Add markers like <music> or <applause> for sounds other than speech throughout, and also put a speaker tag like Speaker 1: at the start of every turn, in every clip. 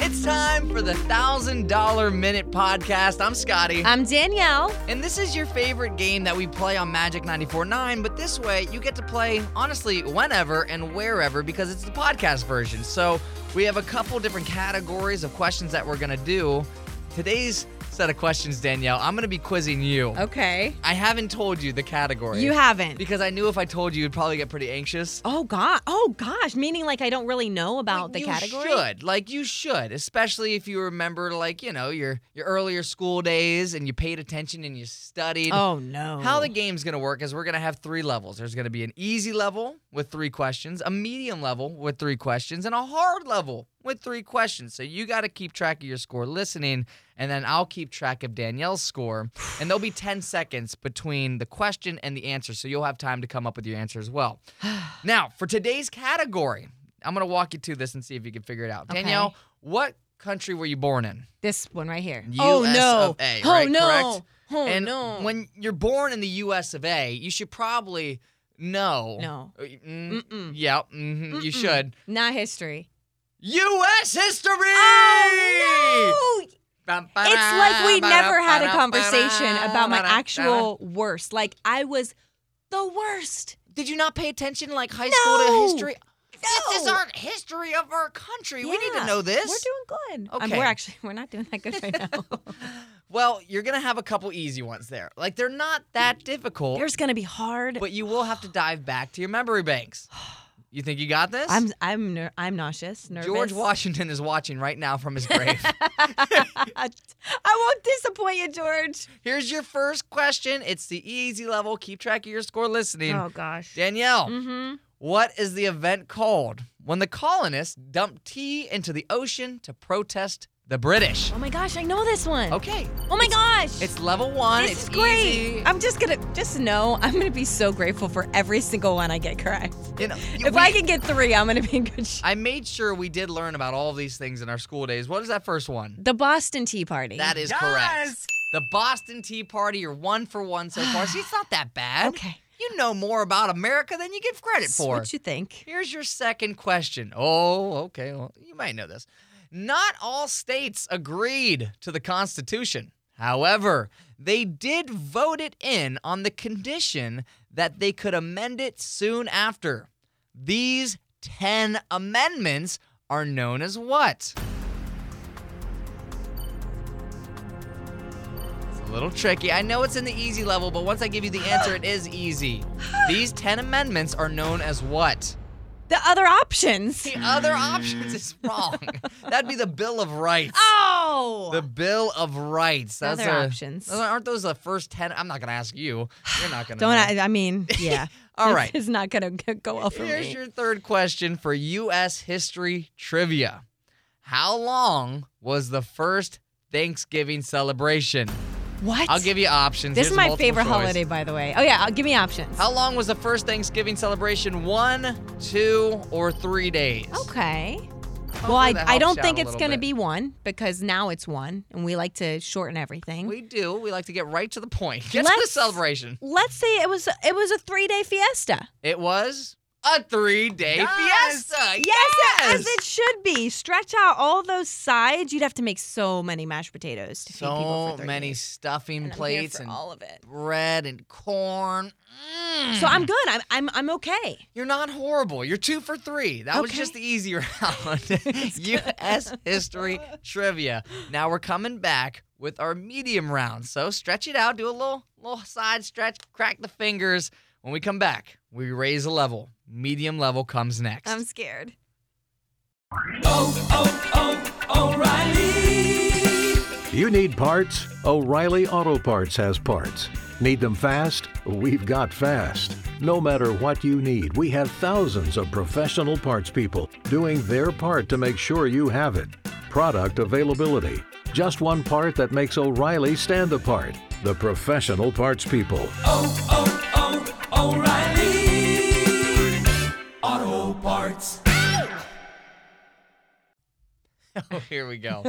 Speaker 1: It's time for the $1,000 Minute Podcast. I'm Scotty.
Speaker 2: I'm Danielle.
Speaker 1: And this is your favorite game that we play on Magic 94.9, but this way you get to play, honestly, whenever and wherever because it's the podcast version. So we have a couple different categories of questions that we're going to do. Today's set of questions, Danielle, I'm going to be quizzing you.
Speaker 2: Okay.
Speaker 1: I haven't told you the category.
Speaker 2: You haven't.
Speaker 1: Because I knew if I told you, you'd probably get pretty anxious.
Speaker 2: Oh god. Oh gosh. Meaning like I don't really know about the
Speaker 1: you
Speaker 2: category.
Speaker 1: should like you should especially if you remember like you know your your earlier school days and you paid attention and you studied
Speaker 2: Oh no.
Speaker 1: how the game's gonna work is we're gonna have three levels there's gonna be an easy level with three questions a medium level with three questions and a hard level with three questions so you gotta keep track of your score listening and then i'll keep track of danielle's score and there'll be 10 seconds between the question and the answer so you'll have time to come up with your answer as well now, for today's category, I'm going to walk you through this and see if you can figure it out.
Speaker 2: Okay.
Speaker 1: Danielle, what country were you born in?
Speaker 2: <sighs> this one right here. oh
Speaker 1: US
Speaker 2: no.
Speaker 1: of A,
Speaker 2: oh
Speaker 1: right?
Speaker 2: no.
Speaker 1: Correct?
Speaker 2: Oh
Speaker 1: and
Speaker 2: no.
Speaker 1: when you're born in the US of A, you should probably know.
Speaker 2: No.
Speaker 1: Uh, Mm,
Speaker 2: Mm-mm.
Speaker 1: yeah, mhm, you
Speaker 2: Mm-mm.
Speaker 1: should.
Speaker 2: Not history.
Speaker 1: U.S. history!
Speaker 2: Oh no.
Speaker 1: Bum,
Speaker 2: It's like we
Speaker 1: ba-da,
Speaker 2: never had a
Speaker 1: ba-da,
Speaker 2: conversation
Speaker 1: ba-da,
Speaker 2: about my
Speaker 1: ba-da,
Speaker 2: actual worst. Like I was the worst.
Speaker 1: ba-da. Did you not pay attention like high
Speaker 2: No.
Speaker 1: school to history? This is
Speaker 2: No.
Speaker 1: our history of our country. We need
Speaker 2: Yeah.
Speaker 1: to know this.
Speaker 2: We're doing good. Um,
Speaker 1: Okay.
Speaker 2: we're actually <laughs> we're not doing that good
Speaker 1: <laughs>
Speaker 2: right now.
Speaker 1: Well, you're gonna have a couple easy ones there. Like they're not that difficult,
Speaker 2: There's gonna be hard.
Speaker 1: but you will have to dive back to your memory banks. You think you got this?
Speaker 2: I'm I'm ner- I'm nauseous, nervous.
Speaker 1: George Washington is watching right now from his grave.
Speaker 2: <laughs>
Speaker 1: <laughs>
Speaker 2: I won't disappoint you, George.
Speaker 1: Here's your first question. It's the easy level. Keep track of your score listening.
Speaker 2: gosh.
Speaker 1: Danielle,
Speaker 2: Mm-hmm.
Speaker 1: what is the event called when the colonists dumped tea into the ocean to protest the British?
Speaker 2: Oh my gosh, I know this one.
Speaker 1: Okay,
Speaker 2: Oh my gosh.
Speaker 1: it's level one.
Speaker 2: this
Speaker 1: it's
Speaker 2: is great. Oh,
Speaker 1: easy.
Speaker 2: I'm just gonna just know I'm gonna be so grateful for every single one I get correct.
Speaker 1: You know,
Speaker 2: If
Speaker 1: we-
Speaker 2: I can get three, I'm gonna be in good shape.
Speaker 1: I made sure we did learn about all of these things in our school days. What is that first one?
Speaker 2: The Boston Tea Party.
Speaker 1: That is correct. The Boston Tea Party, you're one for one so far. See, it's not that bad.
Speaker 2: Okay.
Speaker 1: You know more about America than you give credit
Speaker 2: That's
Speaker 1: for.
Speaker 2: What you think?
Speaker 1: Here's your second question. Oh, okay. Well, you might know this. Not all states agreed to the Constitution. However, they did vote it in on the condition that they could amend it soon after. These 10 amendments are known as what? It's a little tricky. I know it's in the easy level, but once I give you the answer, it is easy. These 10 amendments are known as what?
Speaker 2: The other options.
Speaker 1: The other options is wrong. That'd be the Bill of Rights.
Speaker 2: Mm. Oh.
Speaker 1: The Bill of Rights. That's
Speaker 2: Other
Speaker 1: a-
Speaker 2: options.
Speaker 1: those- Aren't those the first ten? I'm not gonna ask you. You're not gonna.
Speaker 2: <sighs> Don't.
Speaker 1: know.
Speaker 2: I, I mean, yeah.
Speaker 1: <laughs> All
Speaker 2: This
Speaker 1: right.
Speaker 2: is not gonna g- go well for
Speaker 1: Here's
Speaker 2: me.
Speaker 1: your third question for U.S. history trivia. How long was the first Thanksgiving celebration?
Speaker 2: what?
Speaker 1: I'll give you options.
Speaker 2: This
Speaker 1: Here's
Speaker 2: is my
Speaker 1: multiple
Speaker 2: favorite
Speaker 1: choice.
Speaker 2: holiday, by the way. Oh yeah, uh, give me options.
Speaker 1: How long was the first Thanksgiving celebration? One, two, or three days?
Speaker 2: Okay.
Speaker 1: Hopefully
Speaker 2: Well, I,
Speaker 1: that
Speaker 2: I
Speaker 1: helps
Speaker 2: don't
Speaker 1: you out
Speaker 2: think
Speaker 1: a
Speaker 2: it's
Speaker 1: little
Speaker 2: going to
Speaker 1: bit.
Speaker 2: be one because now it's one and we like to shorten everything.
Speaker 1: We do. We like to get right to the point. Get to the
Speaker 2: Let's-
Speaker 1: celebration.
Speaker 2: Let's say it was it was a 3-day fiesta.
Speaker 1: It was a three day
Speaker 2: Yes.
Speaker 1: fiesta.
Speaker 2: as it should be. Stretch out all those sides. You'd have to make so many mashed potatoes to feed people
Speaker 1: So
Speaker 2: for 30
Speaker 1: many
Speaker 2: days.
Speaker 1: stuffing
Speaker 2: And I'm here
Speaker 1: plates
Speaker 2: for
Speaker 1: and
Speaker 2: all of it.
Speaker 1: bread and corn. Mm.
Speaker 2: So I'm good. I'm I'm I'm okay.
Speaker 1: You're not horrible. You're two for three. That was
Speaker 2: Okay.
Speaker 1: just the easy <laughs>
Speaker 2: <laughs>
Speaker 1: round. <laughs> U.S. history trivia. Now we're coming back with our medium round. So stretch it out. Do a little little side stretch. Crack the fingers. When we come back, we raise a level. Medium level comes next.
Speaker 2: I'm scared.
Speaker 3: You need parts? O'Reilly Auto Parts has parts. Need them fast? We've got fast. No matter what you need, we have thousands of professional parts people doing their part to make sure you have it. Product availability. Just one part that makes O'Reilly stand apart. The professional parts people.
Speaker 1: Oh, <laughs> here we go.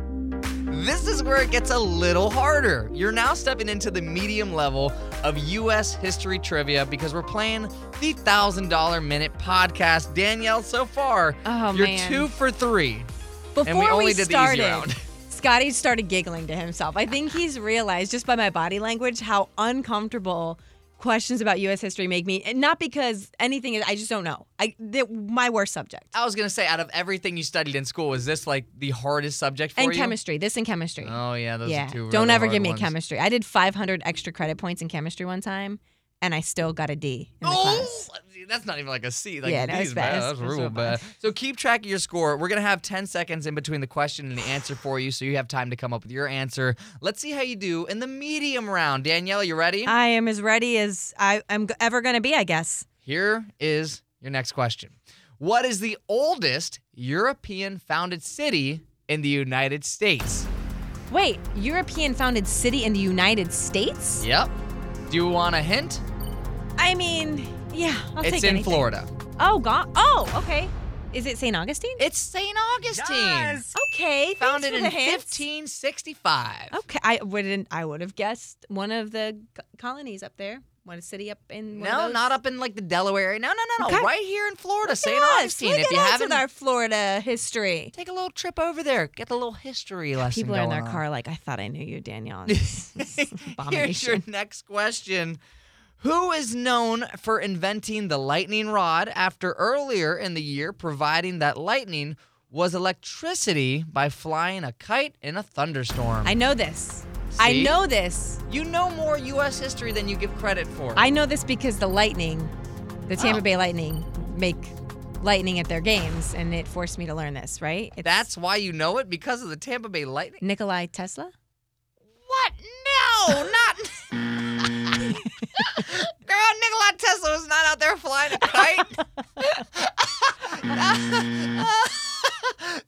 Speaker 1: this is where it gets a little harder. You're now stepping into the medium level of U.S. history trivia because we're playing the $1,000 Minute Podcast. Danielle, so far,
Speaker 2: Oh,
Speaker 1: you're
Speaker 2: man.
Speaker 1: two for three.
Speaker 2: Before
Speaker 1: and we only did the
Speaker 2: started,
Speaker 1: easy round.
Speaker 2: <laughs>
Speaker 1: <laughs>
Speaker 2: Scotty started giggling to himself. I think he's realized just by my body language how uncomfortable questions about U.S. history make me. And not because anything is, I just don't know. I that my worst subject
Speaker 1: I was gonna say, out of everything you studied in school, is this like the hardest subject for
Speaker 2: and
Speaker 1: you?
Speaker 2: chemistry. This and chemistry.
Speaker 1: Oh yeah, those
Speaker 2: yeah,
Speaker 1: are two. Really
Speaker 2: don't ever
Speaker 1: hard
Speaker 2: give me
Speaker 1: ones.
Speaker 2: chemistry. I did 500 extra credit points in chemistry one time, and I still got a D in the
Speaker 1: Oh,
Speaker 2: class.
Speaker 1: that's not even like a C. Like,
Speaker 2: Yeah, no,
Speaker 1: D's
Speaker 2: it's bad.
Speaker 1: bad.
Speaker 2: It's-
Speaker 1: That's
Speaker 2: it's
Speaker 1: real
Speaker 2: real
Speaker 1: bad.
Speaker 2: bad.
Speaker 1: So keep track of your score. We're gonna have 10 seconds in between the question and the answer for you, so you have time to come up with your answer. Let's see how you do in the medium round. Danielle, you ready?
Speaker 2: I am as ready as I am g- ever going to be, I guess.
Speaker 1: Here is your next question. What is the oldest European-founded city in the United States?
Speaker 2: Wait, European founded city in the United States?
Speaker 1: Yep. Do you want a hint?
Speaker 2: I mean, yeah, I'll
Speaker 1: it's
Speaker 2: take
Speaker 1: in
Speaker 2: anything.
Speaker 1: Florida.
Speaker 2: Oh God! Oh, okay. Is it St. Augustine?
Speaker 1: It's St. Augustine.
Speaker 2: okay. thanks
Speaker 1: Founded
Speaker 2: for
Speaker 1: in
Speaker 2: the hint.
Speaker 1: 1565.
Speaker 2: Okay, I wouldn't. I would have guessed one of the co- colonies up there. One city up in. one of
Speaker 1: No,
Speaker 2: those-
Speaker 1: not up in like the Delaware. area. No, no, no, no.
Speaker 2: Okay.
Speaker 1: Right here in Florida, St.
Speaker 2: Look at us.
Speaker 1: Augustine.
Speaker 2: Look
Speaker 1: If
Speaker 2: at
Speaker 1: you
Speaker 2: us
Speaker 1: haven't,
Speaker 2: with our Florida history.
Speaker 1: take a little trip over there. Get the little history lesson.
Speaker 2: People are in their
Speaker 1: going on. <laughs>
Speaker 2: car like, I thought I knew you, Danielle. It's- it's an
Speaker 1: Here's your <laughs>
Speaker 2: abomination.
Speaker 1: next question. Who is known for inventing the lightning rod after earlier in the year providing that lightning was electricity by flying a kite in a thunderstorm?
Speaker 2: I know this. I
Speaker 1: See?
Speaker 2: know this.
Speaker 1: you know more U.S. history than you give credit for.
Speaker 2: I know this because the Lightning, the Tampa
Speaker 1: Oh.
Speaker 2: Bay Lightning, make lightning at their games, and it forced me to learn this. Right? It's
Speaker 1: That's why you know it because of the Tampa Bay Lightning.
Speaker 2: Nikolai Tesla.
Speaker 1: What? No, not. <laughs> Girl, Nikola Tesla was not out there flying a kite.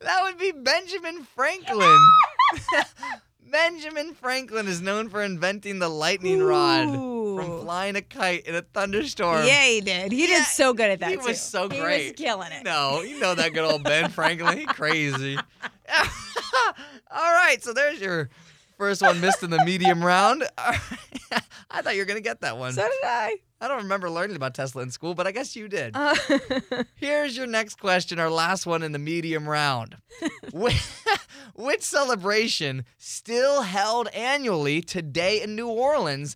Speaker 1: that would be Benjamin Franklin. <laughs> Benjamin Franklin is known for inventing the lightning rod from
Speaker 2: Ooh.
Speaker 1: flying a kite in a thunderstorm.
Speaker 2: Yeah, he did. He
Speaker 1: Yeah,
Speaker 2: did so good at that.
Speaker 1: he
Speaker 2: too.
Speaker 1: was so
Speaker 2: He
Speaker 1: great.
Speaker 2: was killing it.
Speaker 1: No, you know that good old Ben Franklin.
Speaker 2: <laughs>
Speaker 1: He crazy. <laughs> All right, so there's your first one missed in the medium round. <laughs> All right. I thought you were gonna get that one.
Speaker 2: So did <laughs> I.
Speaker 1: I don't remember learning about Tesla in school, but I guess you did.
Speaker 2: Uh,
Speaker 1: Here's your next question, our last one in the medium
Speaker 2: <laughs>
Speaker 1: round. Which, <laughs> which celebration, still held annually today in New Orleans,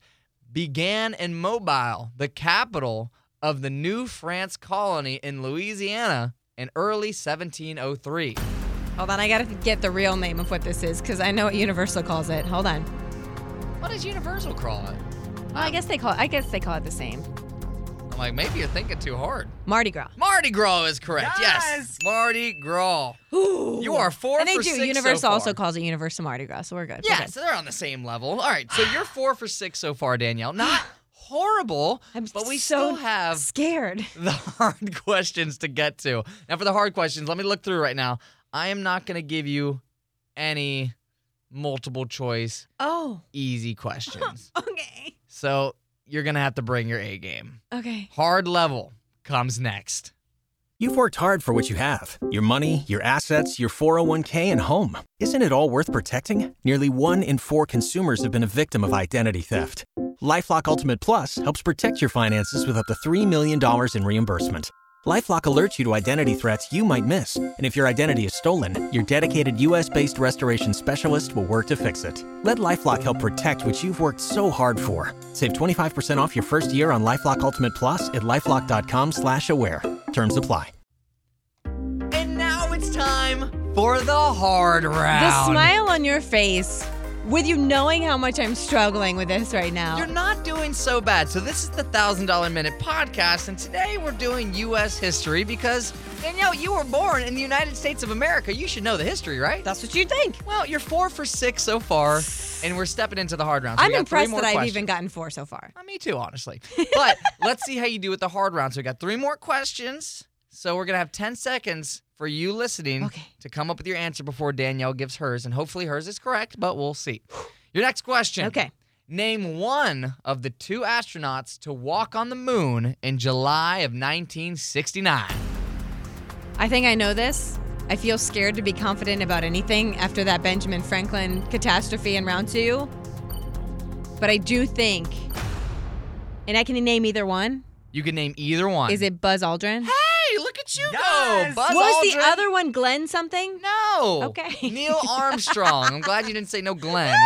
Speaker 1: began in Mobile, the capital of the New France colony in Louisiana, in early 1703?
Speaker 2: hold on, I gotta get the real name of what this is because I know what Universal calls it. Hold on.
Speaker 1: What does Universal call it?
Speaker 2: Well, I guess they call. It, I guess they call it the same.
Speaker 1: I'm like, maybe you're thinking too hard.
Speaker 2: Mardi Gras.
Speaker 1: Mardi Gras is correct. Yes.
Speaker 2: Yes.
Speaker 1: Mardi Gras. You are four
Speaker 2: And they
Speaker 1: for
Speaker 2: do.
Speaker 1: six so
Speaker 2: Universal also
Speaker 1: far.
Speaker 2: calls it Universal Mardi Gras, so we're good.
Speaker 1: Yeah,
Speaker 2: We're good.
Speaker 1: so they're on the same level. All right, so you're four for six so far, <gasps> Danielle. Not horrible,
Speaker 2: I'm
Speaker 1: but we
Speaker 2: so
Speaker 1: still have
Speaker 2: scared.
Speaker 1: the <laughs> hard questions to get to. Now, for the hard questions, let me look through right now. I am not going to give you any multiple choice
Speaker 2: Oh,
Speaker 1: <laughs> easy questions.
Speaker 2: okay.
Speaker 1: so you're going to have to bring your A game.
Speaker 2: Okay.
Speaker 1: Hard level comes next.
Speaker 4: You've worked hard for what you have your money, your assets, your 401k, and home. Isn't it all worth protecting? Nearly one in four consumers have been a victim of identity theft. Lifelock Ultimate Plus helps protect your finances with up to $3 million in reimbursement. Lifelock alerts you to identity threats you might miss. And if your identity is stolen, your dedicated US based restoration specialist will work to fix it. Let Lifelock help protect what you've worked so hard for. Save 25% off your first year on Lifelock Ultimate Plus at lifelock.com slash aware. Terms apply.
Speaker 1: And now it's time for the hard round.
Speaker 2: The smile on your face, with you knowing how much I'm struggling with this right now.
Speaker 1: You're not doing so bad. So this is the Thousand Dollar Minute podcast, and today we're doing U.S. history because Danielle, you were born in the United States of America. You should know the history, right?
Speaker 2: That's what you think.
Speaker 1: well, you're four for six so far, and we're stepping into the hard round. So
Speaker 2: I'm
Speaker 1: we got three
Speaker 2: impressed
Speaker 1: more
Speaker 2: that I've
Speaker 1: questions.
Speaker 2: even gotten four so far.
Speaker 1: Uh, Me too, honestly. But <laughs> let's see how you do with the hard round. So we got three more questions. So we're gonna have ten seconds for you listening
Speaker 2: Okay.
Speaker 1: to come up with your answer before Danielle gives hers, and hopefully hers is correct, but we'll see. Your next question.
Speaker 2: Okay.
Speaker 1: Name one of the two astronauts to walk on the moon in July of 1969.
Speaker 2: I think I know this. I feel scared to be confident about anything after that Benjamin Franklin catastrophe in round two. But I do think, and I can name either one.
Speaker 1: You can name either one.
Speaker 2: Is it Buzz Aldrin?
Speaker 1: Hey, look at you go, Buzz
Speaker 2: Was
Speaker 1: Aldrin.
Speaker 2: the other one Glenn something?
Speaker 1: No, No.
Speaker 2: Okay. <laughs>
Speaker 1: Neil Armstrong. I'm glad you didn't say no Glenn.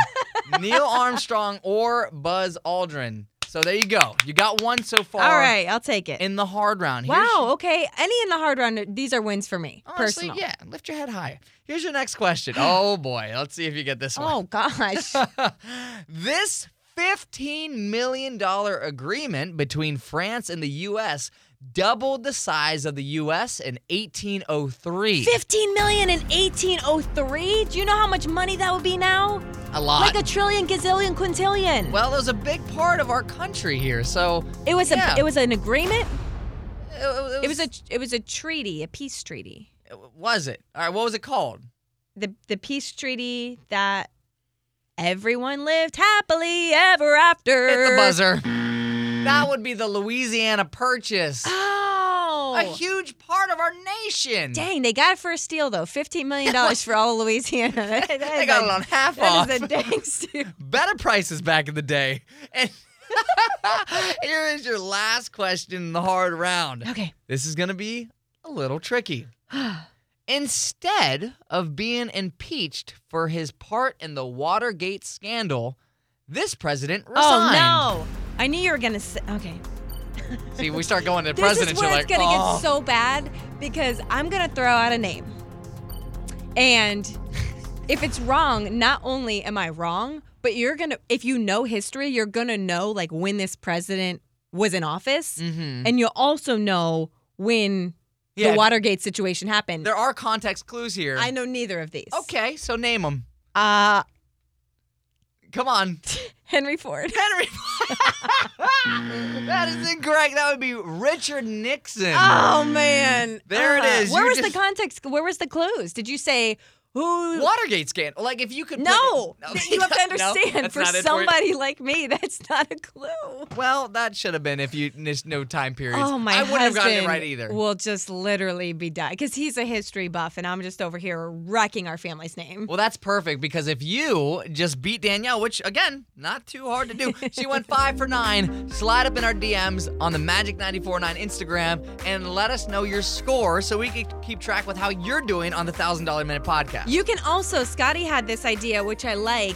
Speaker 1: Neil Armstrong or Buzz Aldrin. So there you go. You got one so far.
Speaker 2: All right, I'll take it.
Speaker 1: In the hard round. Here's
Speaker 2: wow. Okay. Any in the hard round, these are wins for me.
Speaker 1: Honestly,
Speaker 2: personal.
Speaker 1: yeah. Lift your head higher. Here's your next question.
Speaker 2: <gasps>
Speaker 1: Oh boy, let's see if you get this
Speaker 2: Oh
Speaker 1: one.
Speaker 2: gosh.
Speaker 1: <laughs> this fifteen million dollar agreement between France and the U.S. doubled the size of the U.S. in 1803.
Speaker 2: 15 million in 1803? Do you know how much money that would be now?
Speaker 1: a lot.
Speaker 2: Like a trillion, gazillion, quintillion.
Speaker 1: well, it was a big part of our country here, so
Speaker 2: it was
Speaker 1: yeah.
Speaker 2: a it was an agreement.
Speaker 1: It, it
Speaker 2: It was a it was a treaty, a peace treaty.
Speaker 1: Was it? All right. What was it called?
Speaker 2: The the peace treaty that everyone lived happily ever after.
Speaker 1: Hit the buzzer. That would be the Louisiana Purchase.
Speaker 2: Oh.
Speaker 1: A huge part of our nation.
Speaker 2: Dang, they got it for a steal though.
Speaker 1: <laughs>
Speaker 2: Fifteen million dollars for all of Louisiana. That is
Speaker 1: They got
Speaker 2: a-
Speaker 1: it on half off.
Speaker 2: That is a dang steal.
Speaker 1: <laughs> Better prices back in the day. And <laughs> here is your last question in the hard round.
Speaker 2: Okay.
Speaker 1: This is going to be a little
Speaker 2: <gasps>
Speaker 1: tricky. Instead of being impeached for his part in the Watergate scandal, this president resigned.
Speaker 2: Oh no! I knew you were gonna say. Okay.
Speaker 1: See, we start going to the
Speaker 2: This
Speaker 1: president.
Speaker 2: is where
Speaker 1: you're
Speaker 2: it's
Speaker 1: like,
Speaker 2: gonna
Speaker 1: "Oh."
Speaker 2: get so bad because I'm gonna throw out a name, and if it's wrong, not only am I wrong, but you're gonna. If you know history, you're gonna know like when this president was in office, and you'll also know when
Speaker 1: Mm-hmm. Yeah.
Speaker 2: the Watergate situation happened.
Speaker 1: There are context clues here.
Speaker 2: I know neither of these.
Speaker 1: Okay, so name them.
Speaker 2: Uh,
Speaker 1: Come on.
Speaker 2: Henry Ford.
Speaker 1: Henry. that is incorrect. That would be Richard Nixon.
Speaker 2: <laughs> Oh man. Uh,
Speaker 1: There it is.
Speaker 2: Where
Speaker 1: You
Speaker 2: was
Speaker 1: just-
Speaker 2: the context? Where was the clues? Did you say who
Speaker 1: Watergate scandal. Like if you could. put-
Speaker 2: No.
Speaker 1: <laughs> No.
Speaker 2: You have to
Speaker 1: No,
Speaker 2: understand
Speaker 1: that's
Speaker 2: for
Speaker 1: not it you.
Speaker 2: somebody like me, that's not a clue.
Speaker 1: Well, that should have been if you there's no time periods.
Speaker 2: Oh my
Speaker 1: I wouldn't have gotten it
Speaker 2: husband
Speaker 1: right either.
Speaker 2: Will just literally be dead because he's a history buff, and I'm just over here wrecking our family's name.
Speaker 1: Well, that's perfect because if you just beat Danielle, which again, not too hard to do, she
Speaker 2: <laughs>
Speaker 1: went five for nine. Slide up in our DMs on the Magic 949 Instagram and let us know your score so we can keep track with how you're doing on the Thousand Dollar Minute Podcast.
Speaker 2: You can also, Scotty had this idea, which I like.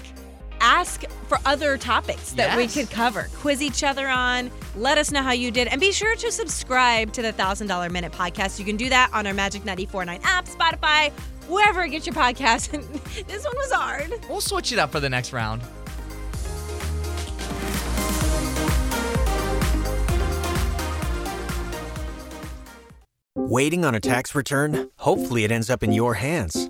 Speaker 2: Ask for other topics that we
Speaker 1: Yes.
Speaker 2: could cover, quiz each other on, let us know how you did, and be sure to subscribe to the $1,000 Minute Podcast. You can do that on our Magic 94.9 app, Spotify, wherever you get your podcast. <laughs> this one was hard.
Speaker 1: we'll switch it up for the next round.
Speaker 4: Waiting on a tax return? Hopefully, it ends up in your hands.